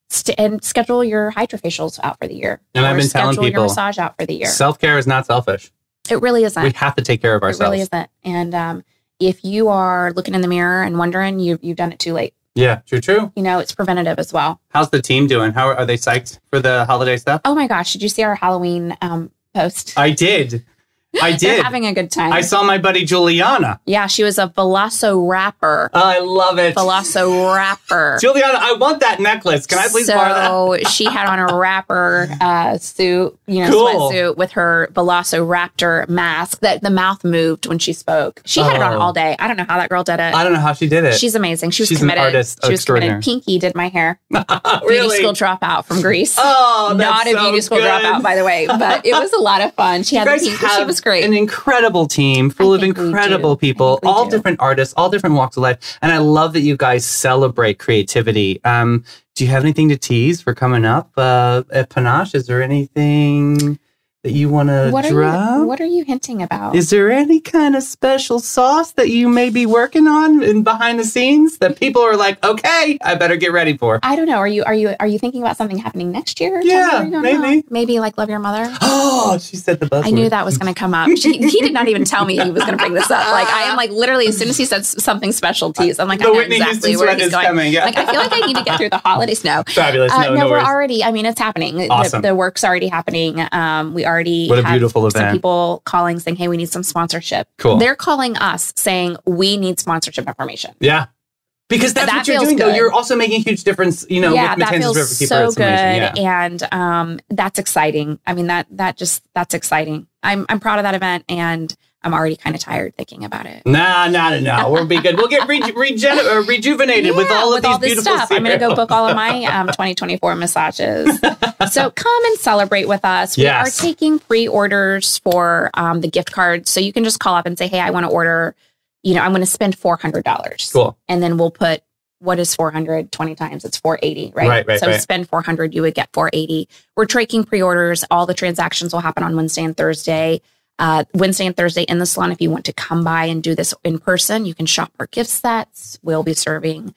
Speaker 2: st- and schedule your hydrofacials out for the year.
Speaker 1: And I've
Speaker 2: or
Speaker 1: been telling
Speaker 2: schedule
Speaker 1: people,
Speaker 2: your massage out for the year.
Speaker 1: Self care is not selfish.
Speaker 2: it really isn't.
Speaker 1: We have to take care of
Speaker 2: It
Speaker 1: ourselves.
Speaker 2: really isn't. And um, if you are looking in the mirror and wondering, you, you've done it too late.
Speaker 1: yeah, true, true.
Speaker 2: You know, it's preventative as well.
Speaker 1: How's the team doing? How are they psyched for the holiday stuff?
Speaker 2: Oh my gosh, did you see our Halloween um, post?
Speaker 1: I did. I
Speaker 2: They're
Speaker 1: did.
Speaker 2: having a good time.
Speaker 1: I saw my buddy Juliana.
Speaker 2: yeah, she was a Veloso rapper.
Speaker 1: Oh, I love it.
Speaker 2: Veloso rapper.
Speaker 1: Juliana, I want that necklace. Can I please borrow that?
Speaker 2: so she had on a rapper uh, suit, you know,
Speaker 1: Cool.
Speaker 2: sweatsuit with her Velociraptor mask that the mouth moved when she spoke. She had it on
Speaker 1: Oh.
Speaker 2: all day. I don't know how that girl did it.
Speaker 1: I don't know how she did it.
Speaker 2: She's amazing. She was
Speaker 1: She's an
Speaker 2: committed.
Speaker 1: artist
Speaker 2: she was committed.
Speaker 1: extraordinaire.
Speaker 2: Pinky did my hair. beauty
Speaker 1: really.
Speaker 2: school dropout from Greece.
Speaker 1: oh,
Speaker 2: Not
Speaker 1: that's
Speaker 2: a beauty
Speaker 1: so
Speaker 2: school
Speaker 1: good.
Speaker 2: dropout, by the way, but it was a lot of fun. She
Speaker 1: you
Speaker 2: had the
Speaker 1: guys
Speaker 2: pink.
Speaker 1: have
Speaker 2: She was great.
Speaker 1: an incredible team full
Speaker 2: I
Speaker 1: of
Speaker 2: think we do.
Speaker 1: incredible
Speaker 2: I think
Speaker 1: people,
Speaker 2: we
Speaker 1: all
Speaker 2: do.
Speaker 1: different artists, all different walks of life. And I love that you guys celebrate creativity. Um, do you have anything to tease for coming up uh, at Panache? Is there anything that you want to
Speaker 2: what are you?
Speaker 1: drop?
Speaker 2: What are you hinting about?
Speaker 1: Is there any kind of special sauce that you may be working on in behind the scenes that people are like, okay, I better get ready for?
Speaker 2: I don't know. Are you? Are you? Are you thinking about something happening next year?
Speaker 1: Yeah,
Speaker 2: Tyler? I don't know.
Speaker 1: maybe.
Speaker 2: Maybe like love your mother.
Speaker 1: Oh, she said the buzzword.
Speaker 2: I knew that was going to come up. She, he did not even tell me he was going to bring this up. Like I am like literally as soon as he said s- something specialties, I'm like I
Speaker 1: The
Speaker 2: know
Speaker 1: Whitney
Speaker 2: exactly
Speaker 1: Houston
Speaker 2: where
Speaker 1: sweat
Speaker 2: he's
Speaker 1: is
Speaker 2: going.
Speaker 1: coming. Yeah.
Speaker 2: Like I feel like I need to get through the holidays. No,
Speaker 1: Fabulous.
Speaker 2: uh,
Speaker 1: no,
Speaker 2: no,
Speaker 1: no,
Speaker 2: we're
Speaker 1: worries.
Speaker 2: already. I mean, it's happening.
Speaker 1: Awesome.
Speaker 2: The, the work's already happening. Um, we already
Speaker 1: What a
Speaker 2: have
Speaker 1: beautiful
Speaker 2: some
Speaker 1: event.
Speaker 2: people calling saying, "Hey, we need some sponsorship."
Speaker 1: Cool.
Speaker 2: They're calling us saying we need sponsorship information.
Speaker 1: Yeah. Because that's
Speaker 2: That
Speaker 1: what you're
Speaker 2: feels
Speaker 1: doing, though.
Speaker 2: good.
Speaker 1: You're also making a huge difference, you know,
Speaker 2: yeah,
Speaker 1: with
Speaker 2: that
Speaker 1: Matenza's
Speaker 2: feels
Speaker 1: River Keeper
Speaker 2: so good,
Speaker 1: information. Yeah.
Speaker 2: and um, that's exciting. I mean that that just that's exciting. I'm I'm proud of that event, and I'm already kind of tired thinking about it.
Speaker 1: Nah, nah, nah, nah. We'll be good. We'll get re- regen- uh, rejuvenated with all of these beautiful
Speaker 2: I'm going to go
Speaker 1: cereals.
Speaker 2: book all of my um, 2024 massages. so come and celebrate with us. We
Speaker 1: Yes.
Speaker 2: are taking pre-orders for um, the gift cards, so you can just call up and say, "Hey, I want to order. You know, I'm going to spend four hundred dollars,
Speaker 1: Cool.
Speaker 2: and then we'll put." What is 420 times? It's 480, right?
Speaker 1: Right, right,
Speaker 2: so
Speaker 1: right.
Speaker 2: spend 400, you would get 480. We're taking pre-orders. All the transactions will happen on Wednesday and Thursday. Uh, Wednesday and Thursday in the salon. If you want to come by and do this in person, you can shop our gift sets. We'll be serving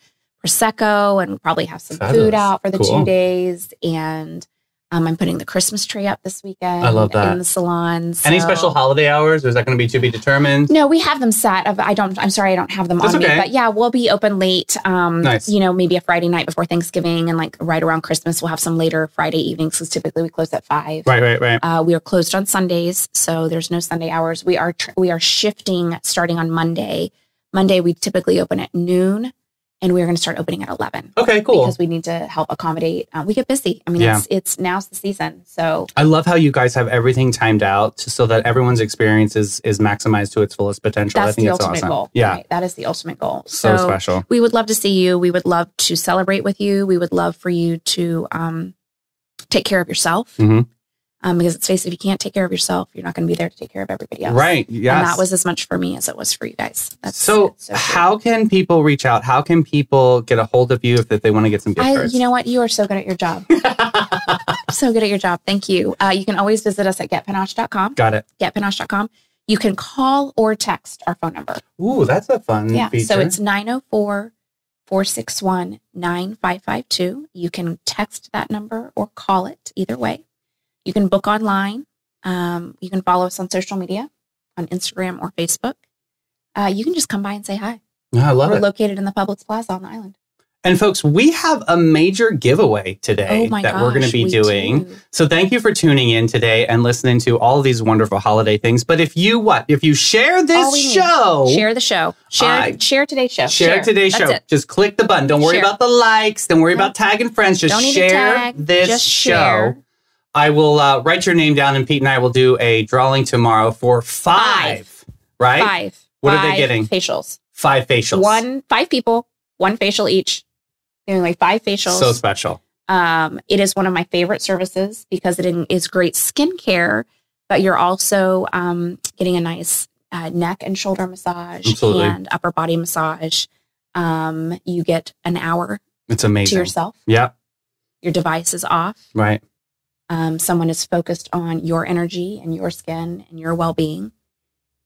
Speaker 2: prosecco and probably have some
Speaker 1: Fabulous.
Speaker 2: food out for the
Speaker 1: Cool.
Speaker 2: two days. And um, I'm putting the Christmas tree up this weekend.
Speaker 1: I love that.
Speaker 2: in the salon.
Speaker 1: Any
Speaker 2: so-
Speaker 1: special holiday hours? Or is that going to be to be determined?
Speaker 2: no, we have them set. Of I don't. I'm sorry, I don't have them
Speaker 1: That's
Speaker 2: on
Speaker 1: okay.
Speaker 2: me. But yeah, we'll be open late. Um,
Speaker 1: Nice.
Speaker 2: You know, maybe a Friday night before Thanksgiving, and like right around Christmas, we'll have some later Friday evenings because typically we close at five.
Speaker 1: Right, right, right.
Speaker 2: Uh, we are closed on Sundays, so there's no Sunday hours. We are tr- we are shifting starting on Monday. Monday we typically open at noon, and we're going to start opening at eleven
Speaker 1: Okay, cool.
Speaker 2: because we need to help accommodate. Uh, we get busy. I mean,
Speaker 1: Yeah.
Speaker 2: it's it's now's the season, so
Speaker 1: I love how you guys have everything timed out so that everyone's experience is, is maximized to its fullest potential. I
Speaker 2: that's
Speaker 1: think
Speaker 2: the
Speaker 1: it's
Speaker 2: ultimate
Speaker 1: awesome.
Speaker 2: goal.
Speaker 1: Yeah.
Speaker 2: right? that is the ultimate goal.
Speaker 1: So, special.
Speaker 2: we would love to see you. We would love to celebrate with you. We would love for you to um, take care of yourself.
Speaker 1: Mhm.
Speaker 2: Um, because it's face, it, if you can't take care of yourself, you're not going to be there to take care of everybody else.
Speaker 1: Right. Yes.
Speaker 2: And that was as much for me as it was for you guys. That's
Speaker 1: so,
Speaker 2: that's so true.
Speaker 1: how can people reach out? How can people get a hold of you if, if they want to get some gift
Speaker 2: I,
Speaker 1: cards?
Speaker 2: you know what? You are so good at your job. so good at your job. Thank you. Uh, you can always visit us at getpanache.com,
Speaker 1: Got it.
Speaker 2: getpanache.com. You can call or text our phone number.
Speaker 1: Ooh, that's a fun
Speaker 2: Yeah.
Speaker 1: feature.
Speaker 2: So it's 904 461 9552. You can text that number or call it either way. You can book online. Um, you can follow us on social media, on Instagram or Facebook. Uh, you can just come by and say hi.
Speaker 1: Ah, I love
Speaker 2: We're
Speaker 1: it.
Speaker 2: located in the Publix Plaza on the island.
Speaker 1: and folks, we have a major giveaway today
Speaker 2: oh my
Speaker 1: that
Speaker 2: gosh,
Speaker 1: we're going to be
Speaker 2: we
Speaker 1: doing.
Speaker 2: do.
Speaker 1: So thank you for tuning in today and listening to all these wonderful holiday things. But if you what? If you share
Speaker 2: All
Speaker 1: this
Speaker 2: we need.
Speaker 1: show,
Speaker 2: Share the show. Share
Speaker 1: I-
Speaker 2: share today's show.
Speaker 1: share today's
Speaker 2: That's
Speaker 1: show.
Speaker 2: it.
Speaker 1: Just click the button. Don't worry
Speaker 2: Share.
Speaker 1: about the likes. Don't worry
Speaker 2: No.
Speaker 1: about tagging friends. Just
Speaker 2: Don't need
Speaker 1: share
Speaker 2: to tag.
Speaker 1: this
Speaker 2: just
Speaker 1: show.
Speaker 2: Share.
Speaker 1: I will uh, write your name down, and Pete and I will do a drawing tomorrow for five. Right,
Speaker 2: Five.
Speaker 1: What are they
Speaker 2: Five
Speaker 1: getting?
Speaker 2: Facials.
Speaker 1: five facials.
Speaker 2: One five people, one facial each. Doing like five facials.
Speaker 1: so special.
Speaker 2: Um, it is one of my favorite services because it in- is great skincare, but you're also um, getting a nice uh, neck and shoulder massage
Speaker 1: Absolutely.
Speaker 2: and upper body massage. Um, you get an hour
Speaker 1: It's
Speaker 2: to
Speaker 1: amazing.
Speaker 2: yourself.
Speaker 1: Yep.
Speaker 2: Your device is off.
Speaker 1: Right.
Speaker 2: Um, someone is focused on your energy and your skin and your well being.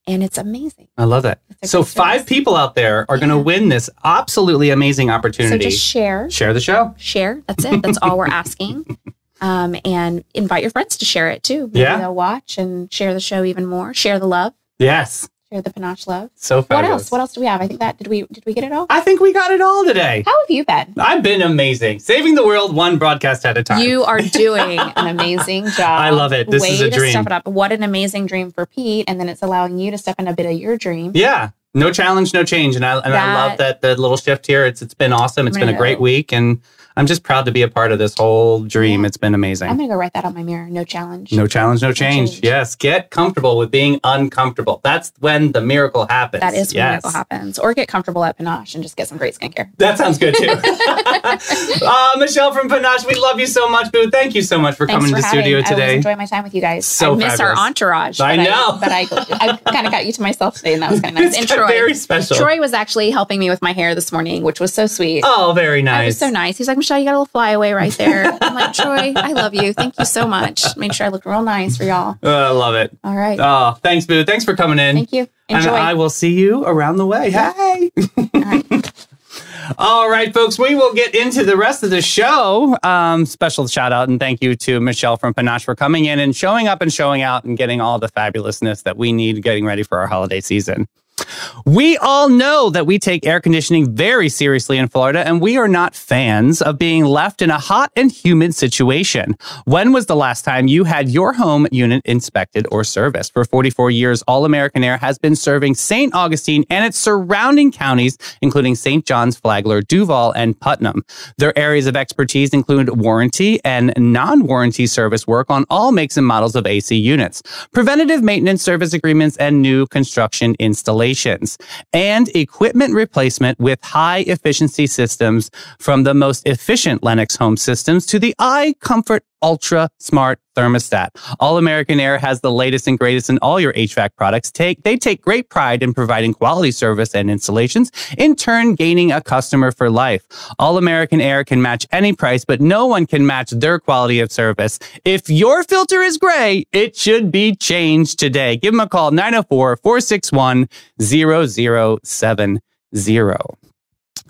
Speaker 2: And it's amazing.
Speaker 1: I love that.
Speaker 2: It's a
Speaker 1: So
Speaker 2: great
Speaker 1: five
Speaker 2: service.
Speaker 1: people out there are going to
Speaker 2: Yeah.
Speaker 1: win this absolutely amazing
Speaker 2: So
Speaker 1: opportunity.
Speaker 2: just share,
Speaker 1: share the show.
Speaker 2: share. That's it. That's all we're asking. Um, and invite your friends to share it too. Maybe
Speaker 1: Yeah.
Speaker 2: They'll watch and share the show even more. Share the love.
Speaker 1: Yes.
Speaker 2: Share the panache love.
Speaker 1: So
Speaker 2: What
Speaker 1: fabulous.
Speaker 2: else? What else do we have? I think that did we did we get it all?
Speaker 1: I think we got it all today.
Speaker 2: How have you been?
Speaker 1: I've been amazing, saving the world one broadcast at a time.
Speaker 2: You are doing an amazing job.
Speaker 1: I love it. This
Speaker 2: Way
Speaker 1: is a
Speaker 2: to
Speaker 1: dream.
Speaker 2: step it up. What an amazing dream for Pete, and then it's allowing you to step in a bit of your dream.
Speaker 1: yeah. No challenge, no change, and I and I love that the little shift here. It's it's been awesome. It's been a
Speaker 2: Right.
Speaker 1: great week, and I'm just proud to be a part of this whole dream.
Speaker 2: Yeah.
Speaker 1: It's been amazing.
Speaker 2: I'm gonna go write that on my mirror. No challenge.
Speaker 1: no challenge, no change.
Speaker 2: change.
Speaker 1: Yes, get comfortable with being uncomfortable. That's when the miracle happens.
Speaker 2: That is when
Speaker 1: yes.
Speaker 2: miracle happens. Or get comfortable at Panache and just get some great skincare.
Speaker 1: That sounds good too. uh, Michelle from Panache, we love you so much, boo. Thank you so much for
Speaker 2: Thanks
Speaker 1: coming
Speaker 2: for
Speaker 1: to the
Speaker 2: having.
Speaker 1: studio
Speaker 2: I always
Speaker 1: today.
Speaker 2: enjoy my time with you guys.
Speaker 1: So
Speaker 2: I miss
Speaker 1: fabulous.
Speaker 2: our entourage.
Speaker 1: I
Speaker 2: but
Speaker 1: know.
Speaker 2: but I, I kind of got you to myself today, and that was kind of nice.
Speaker 1: It's
Speaker 2: And Troy,
Speaker 1: very special.
Speaker 2: Troy was actually helping me with my hair this morning, which was so sweet.
Speaker 1: oh, very
Speaker 2: That
Speaker 1: nice.
Speaker 2: was so nice. He's like, Michelle, you got a little flyaway right there. I'm like, Troy, I love you. Thank you so much. Make sure I look real nice for y'all.
Speaker 1: Oh, I love it.
Speaker 2: All right.
Speaker 1: Oh, thanks, boo. Thanks for coming in.
Speaker 2: Thank you. Enjoy.
Speaker 1: And I will see you around the way. Hey.
Speaker 2: All right.
Speaker 1: All right, folks, we will get into the rest of the show. Um, special shout out and thank you to Michelle from Panache for coming in and showing up and showing out and getting all the fabulousness that we need getting ready for our holiday season. We all know that we take air conditioning very seriously in Florida, and we are not fans of being left in a hot and humid situation. When was the last time you had your home unit inspected or serviced? For 44 years, All American Air has been serving St. Augustine and its surrounding counties, including St. John's, Flagler, Duval, and Putnam. Their areas of expertise include warranty and non warranty service work on all makes and models of AC units, preventative maintenance service agreements, and new construction installations, and equipment replacement with high efficiency systems from the most efficient Lennox home systems to the eye comfort ultra smart thermostat. All American Air has the latest and greatest in all your HVAC products. Take they take great pride in providing quality service and installations, in turn gaining a customer for life. All American Air can match any price, but no one can match their quality of service. If your filter is gray, it should be changed today. Give them a call 904-461-0070.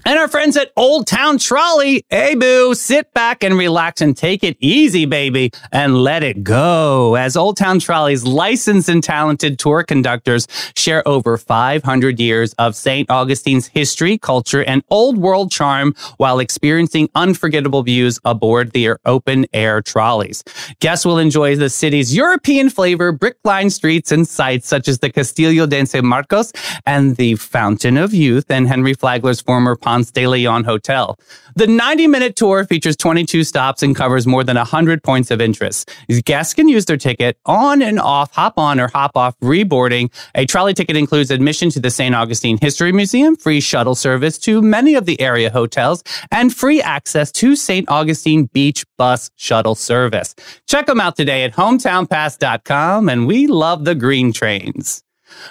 Speaker 1: And our friends at Old Town Trolley, hey boo, sit back and relax and take it easy, baby, and let it go. As Old Town Trolley's licensed and talented tour conductors share over 500 years of St. Augustine's history, culture, and old world charm while experiencing unforgettable views aboard their open air trolleys. Guests will enjoy the city's European flavor, brick lined streets, and sights such as the Castillo de San Marcos and the Fountain of Youth and Henry Flagler's former Ponce de Leon Hotel. The 90 minute tour features 22 stops and covers more than 100 points of interest. Guests can use their ticket on and off, hop on or hop off reboarding. A trolley ticket includes admission to the St. Augustine History Museum, free shuttle service to many of the area hotels, and free access to St. Augustine Beach Bus Shuttle Service. Check them out today at hometownpass.com, and we love the green trains.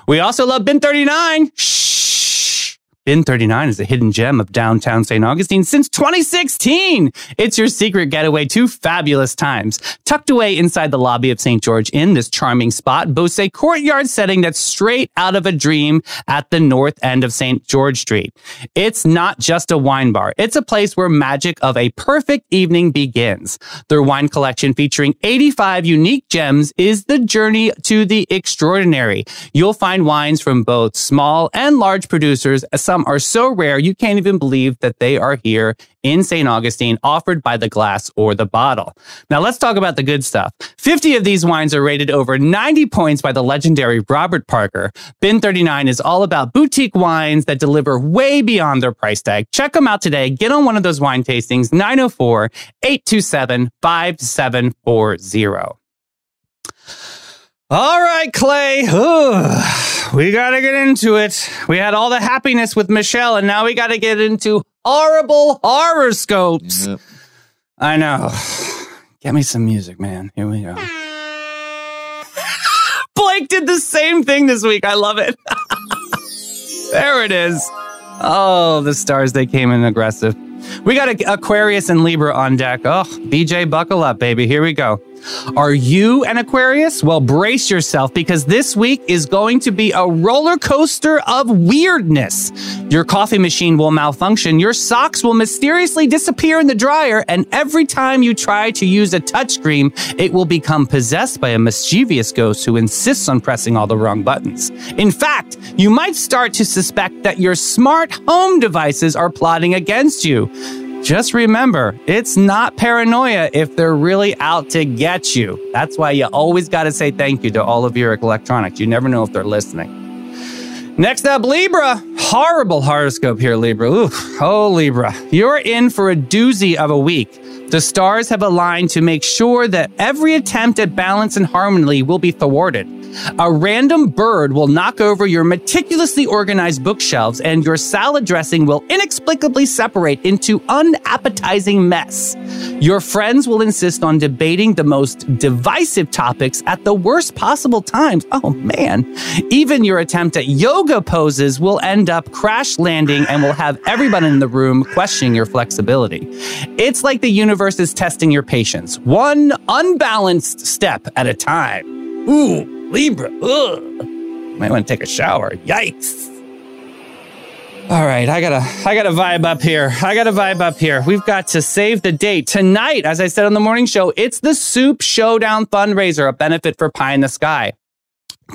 Speaker 1: We also love Bin 39. Shh. Bin 39 is a hidden gem of downtown St. Augustine since 2016. It's your secret getaway to fabulous times. Tucked away inside the lobby of St. George Inn, this charming spot boasts a courtyard setting that's straight out of a dream at the north end of St. George Street. It's not just a wine bar. It's a place where magic of a perfect evening begins. Their wine collection featuring 85 unique gems is the journey to the extraordinary. You'll find wines from both small and large producers. Some are so rare you can't even believe that they are here in St. Augustine, offered by the glass or the bottle. Now let's talk about the good stuff. 50 of these wines are rated over 90 points by the legendary Robert Parker. Bin 39 is all about boutique wines that deliver way beyond their price tag. Check them out today. Get on one of those wine tastings, 904 827 5740. All right, Clay. Ooh, we got to get into it. We had all the happiness with Michelle, and now we got to get into horrible horoscopes.
Speaker 3: Yep.
Speaker 1: I know. Get me some music, man. Here we go. Blake did the same thing this week. I love it. there it is. Oh, the stars, they came in aggressive. We got a- Aquarius and Libra on deck. Oh, BJ, buckle up, baby. Here we go. Are you an Aquarius? Well, brace yourself because this week is going to be a roller coaster of weirdness. Your coffee machine will malfunction, your socks will mysteriously disappear in the dryer, and every time you try to use a touchscreen, it will become possessed by a mischievous ghost who insists on pressing all the wrong buttons. In fact, you might start to suspect that your smart home devices are plotting against you. Just remember, it's not paranoia if they're really out to get you. That's why you always got to say thank you to all of your electronics. You never know if they're listening. Next up, Libra. Horrible horoscope here, Libra. Ooh, oh, Libra. You're in for a doozy of a week. The stars have aligned to make sure that every attempt at balance and harmony will be thwarted. A random bird will knock over your meticulously organized bookshelves, and your salad dressing will inexplicably separate into unappetizing mess. Your friends will insist on debating the most divisive topics at the worst possible times. Oh man. Even your attempt at yoga poses will end up crash landing and will have everyone in the room questioning your flexibility. It's like the universe is testing your patience, one unbalanced step at a time. Ooh, Libra. Ugh. Might want to take a shower. Yikes. All right, I gotta, I gotta vibe up here. I gotta vibe up here. We've got to save the date tonight. As I said on the morning show, it's the Soup Showdown fundraiser, a benefit for Pie in the Sky.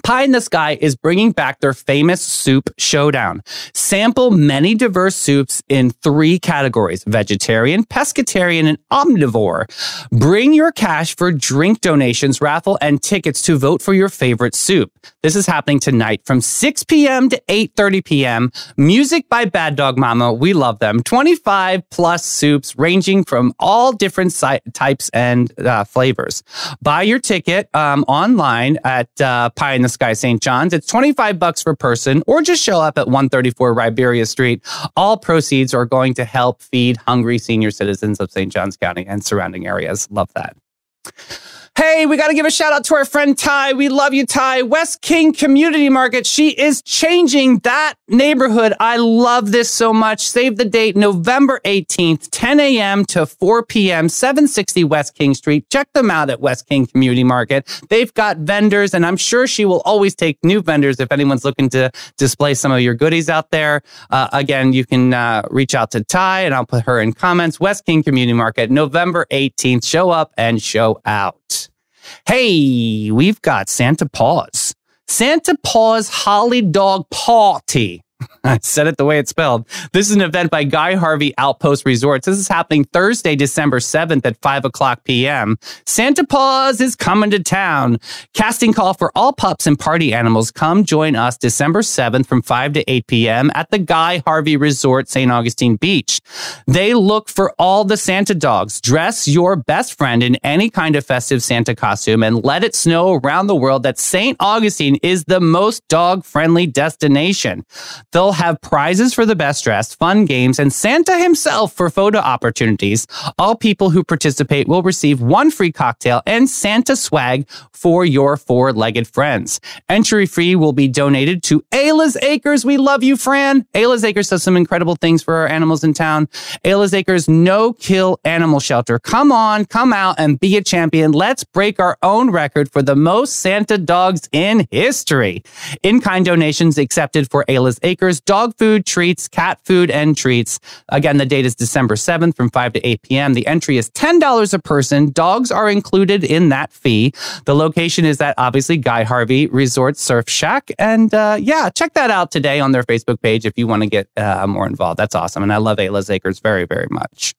Speaker 1: Pie in the Sky is bringing back their famous soup showdown. Sample many diverse soups in three categories vegetarian, pescatarian, and omnivore. Bring your cash for drink donations, raffle, and tickets to vote for your favorite soup. This is happening tonight from 6 p.m. to 8.30 p.m. Music by Bad Dog Mama. We love them. 25 plus soups ranging from all different si- types and uh, flavors. Buy your ticket um, online at uh, Pie in the Sky St. John's. It's 25 bucks per person or just show up at 134 Riberia Street. All proceeds are going to help feed hungry senior citizens of St. John's County and surrounding areas. Love that. Hey, we got to give a shout out to our friend Ty. We love you, Ty. West King Community Market. She is changing that neighborhood. I love this so much. Save the date November 18th, 10 a.m. to 4 p.m., 760 West King Street. Check them out at West King Community Market. They've got vendors, and I'm sure she will always take new vendors if anyone's looking to display some of your goodies out there. Uh, again, you can uh, reach out to Ty, and I'll put her in comments. West King Community Market, November 18th. Show up and show out. Hey, we've got Santa Paws. Santa Paws Holly Dog Party. I said it the way it's spelled. This is an event by Guy Harvey Outpost Resorts. This is happening Thursday, December 7th at 5 o'clock p.m. Santa Paws is coming to town. Casting call for all pups and party animals. Come join us December 7th from 5 to 8 p.m. at the Guy Harvey Resort, St. Augustine Beach. They look for all the Santa dogs. Dress your best friend in any kind of festive Santa costume and let it snow around the world that St. Augustine is the most dog friendly destination. They'll They'll have prizes for the best dressed, fun games, and Santa himself for photo opportunities. All people who participate will receive one free cocktail and Santa swag for your four legged friends. Entry fee will be donated to Ayla's Acres. We love you, Fran. Ayla's Acres does some incredible things for our animals in town. Ayla's Acres No Kill Animal Shelter. Come on, come out and be a champion. Let's break our own record for the most Santa dogs in history. In kind donations accepted for Ayla's Acres dog food, treats, cat food, and treats. Again, the date is December 7th from 5 to 8 p.m. The entry is $10 a person. Dogs are included in that fee. The location is at obviously Guy Harvey Resort Surf Shack. And uh, yeah, check that out today on their Facebook page if you want to get uh, more involved. That's awesome. And I love Ayla's Acres very, very much.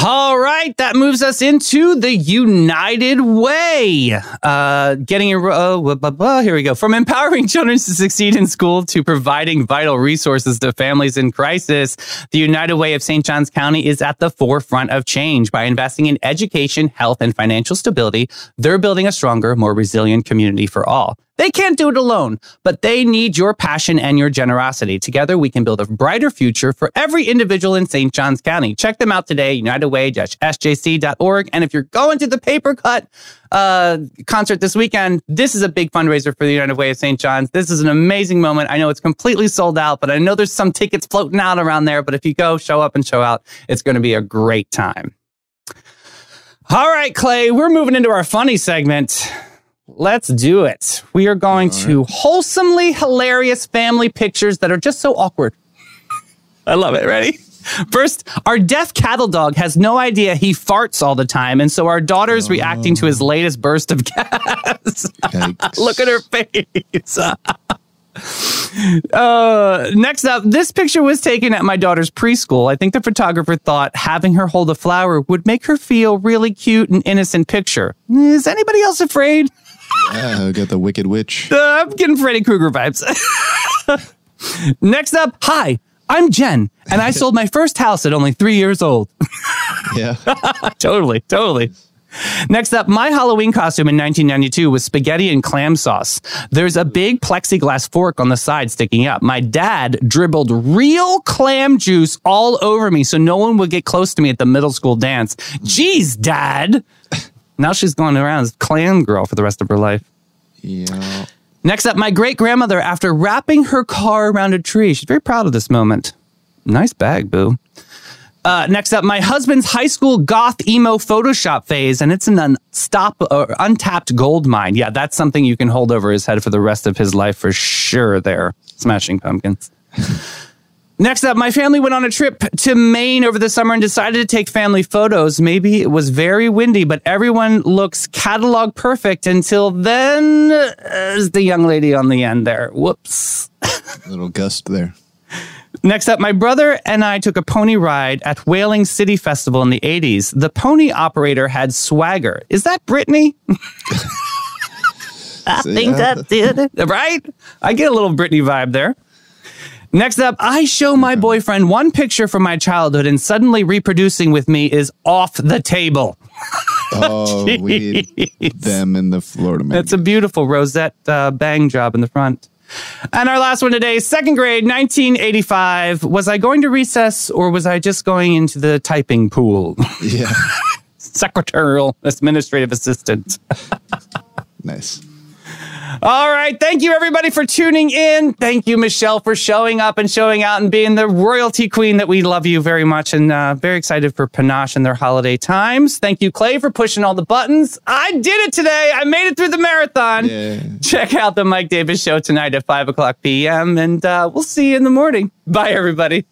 Speaker 1: All right, that moves us into the United Way. Uh, getting a, uh, blah, blah, blah, here we go. From empowering children to succeed in school to providing vital resources to families in crisis, the United Way of St. Johns County is at the forefront of change by investing in education, health, and financial stability. They're building a stronger, more resilient community for all. They can't do it alone, but they need your passion and your generosity. Together, we can build a brighter future for every individual in St. Johns County. Check them out today, unitedway-sjc.org. And if you're going to the paper cut uh, concert this weekend, this is a big fundraiser for the United Way of St. John's. This is an amazing moment. I know it's completely sold out, but I know there's some tickets floating out around there. But if you go, show up and show out, it's going to be a great time. All right, Clay, we're moving into our funny segment. Let's do it. We are going to wholesomely hilarious family pictures that are just so awkward. I love it. Ready? First, our deaf cattle dog has no idea he farts all the time, and so our daughter's reacting to his latest burst of gas.
Speaker 3: Yikes.
Speaker 1: Look at her face. Uh, next up, this picture was taken at my daughter's preschool. I think the photographer thought having her hold a flower would make her feel really cute and innocent picture. Is anybody else afraid?
Speaker 3: Yeah, we got the Wicked Witch.
Speaker 1: Uh, I'm getting Freddy Krueger vibes. Next up, hi, I'm Jen, and I sold my first house at only three years old.
Speaker 3: Yeah.
Speaker 1: totally, totally. Next up, my Halloween costume in 1992 was spaghetti and clam sauce. There's a big plexiglass fork on the side sticking up. My dad dribbled real clam juice all over me so no one would get close to me at the middle school dance. Jeez, dad. Now she's going around as clam girl for the rest of her life.
Speaker 3: Yeah.
Speaker 1: Next up, my great grandmother, after wrapping her car around a tree, she's very proud of this moment. Nice bag, boo. Uh, next up, my husband's high school goth emo Photoshop phase, and it's an unstop or untapped gold mine. Yeah, that's something you can hold over his head for the rest of his life for sure. There, smashing pumpkins. Next up, my family went on a trip to Maine over the summer and decided to take family photos. Maybe it was very windy, but everyone looks catalog perfect until then. There's the young lady on the end there. Whoops.
Speaker 3: Little gust there.
Speaker 1: Next up, my brother and I took a pony ride at Whaling City Festival in the 80s. The pony operator had swagger. Is that Brittany? I
Speaker 3: So,
Speaker 1: think
Speaker 3: yeah.
Speaker 1: that's it. Right? I get a little Britney vibe there. Next up, I show my boyfriend one picture from my childhood, and suddenly reproducing with me is off the table.
Speaker 3: Oh, we need them in the Florida man.
Speaker 1: It's a beautiful rosette uh, bang job in the front. And our last one today, second grade, 1985. Was I going to recess or was I just going into the typing pool?
Speaker 3: yeah.
Speaker 1: Secretarial administrative assistant.
Speaker 3: Nice.
Speaker 1: All right. Thank you, everybody, for tuning in. Thank you, Michelle, for showing up and showing out and being the royalty queen that we love you very much and uh, very excited for Panache and their holiday times. Thank you, Clay, for pushing all the buttons. I did it today. I made it through the marathon.
Speaker 3: Yeah.
Speaker 1: Check out the Mike Davis show tonight at 5 o'clock p.m. And uh, we'll see you in the morning. Bye, everybody.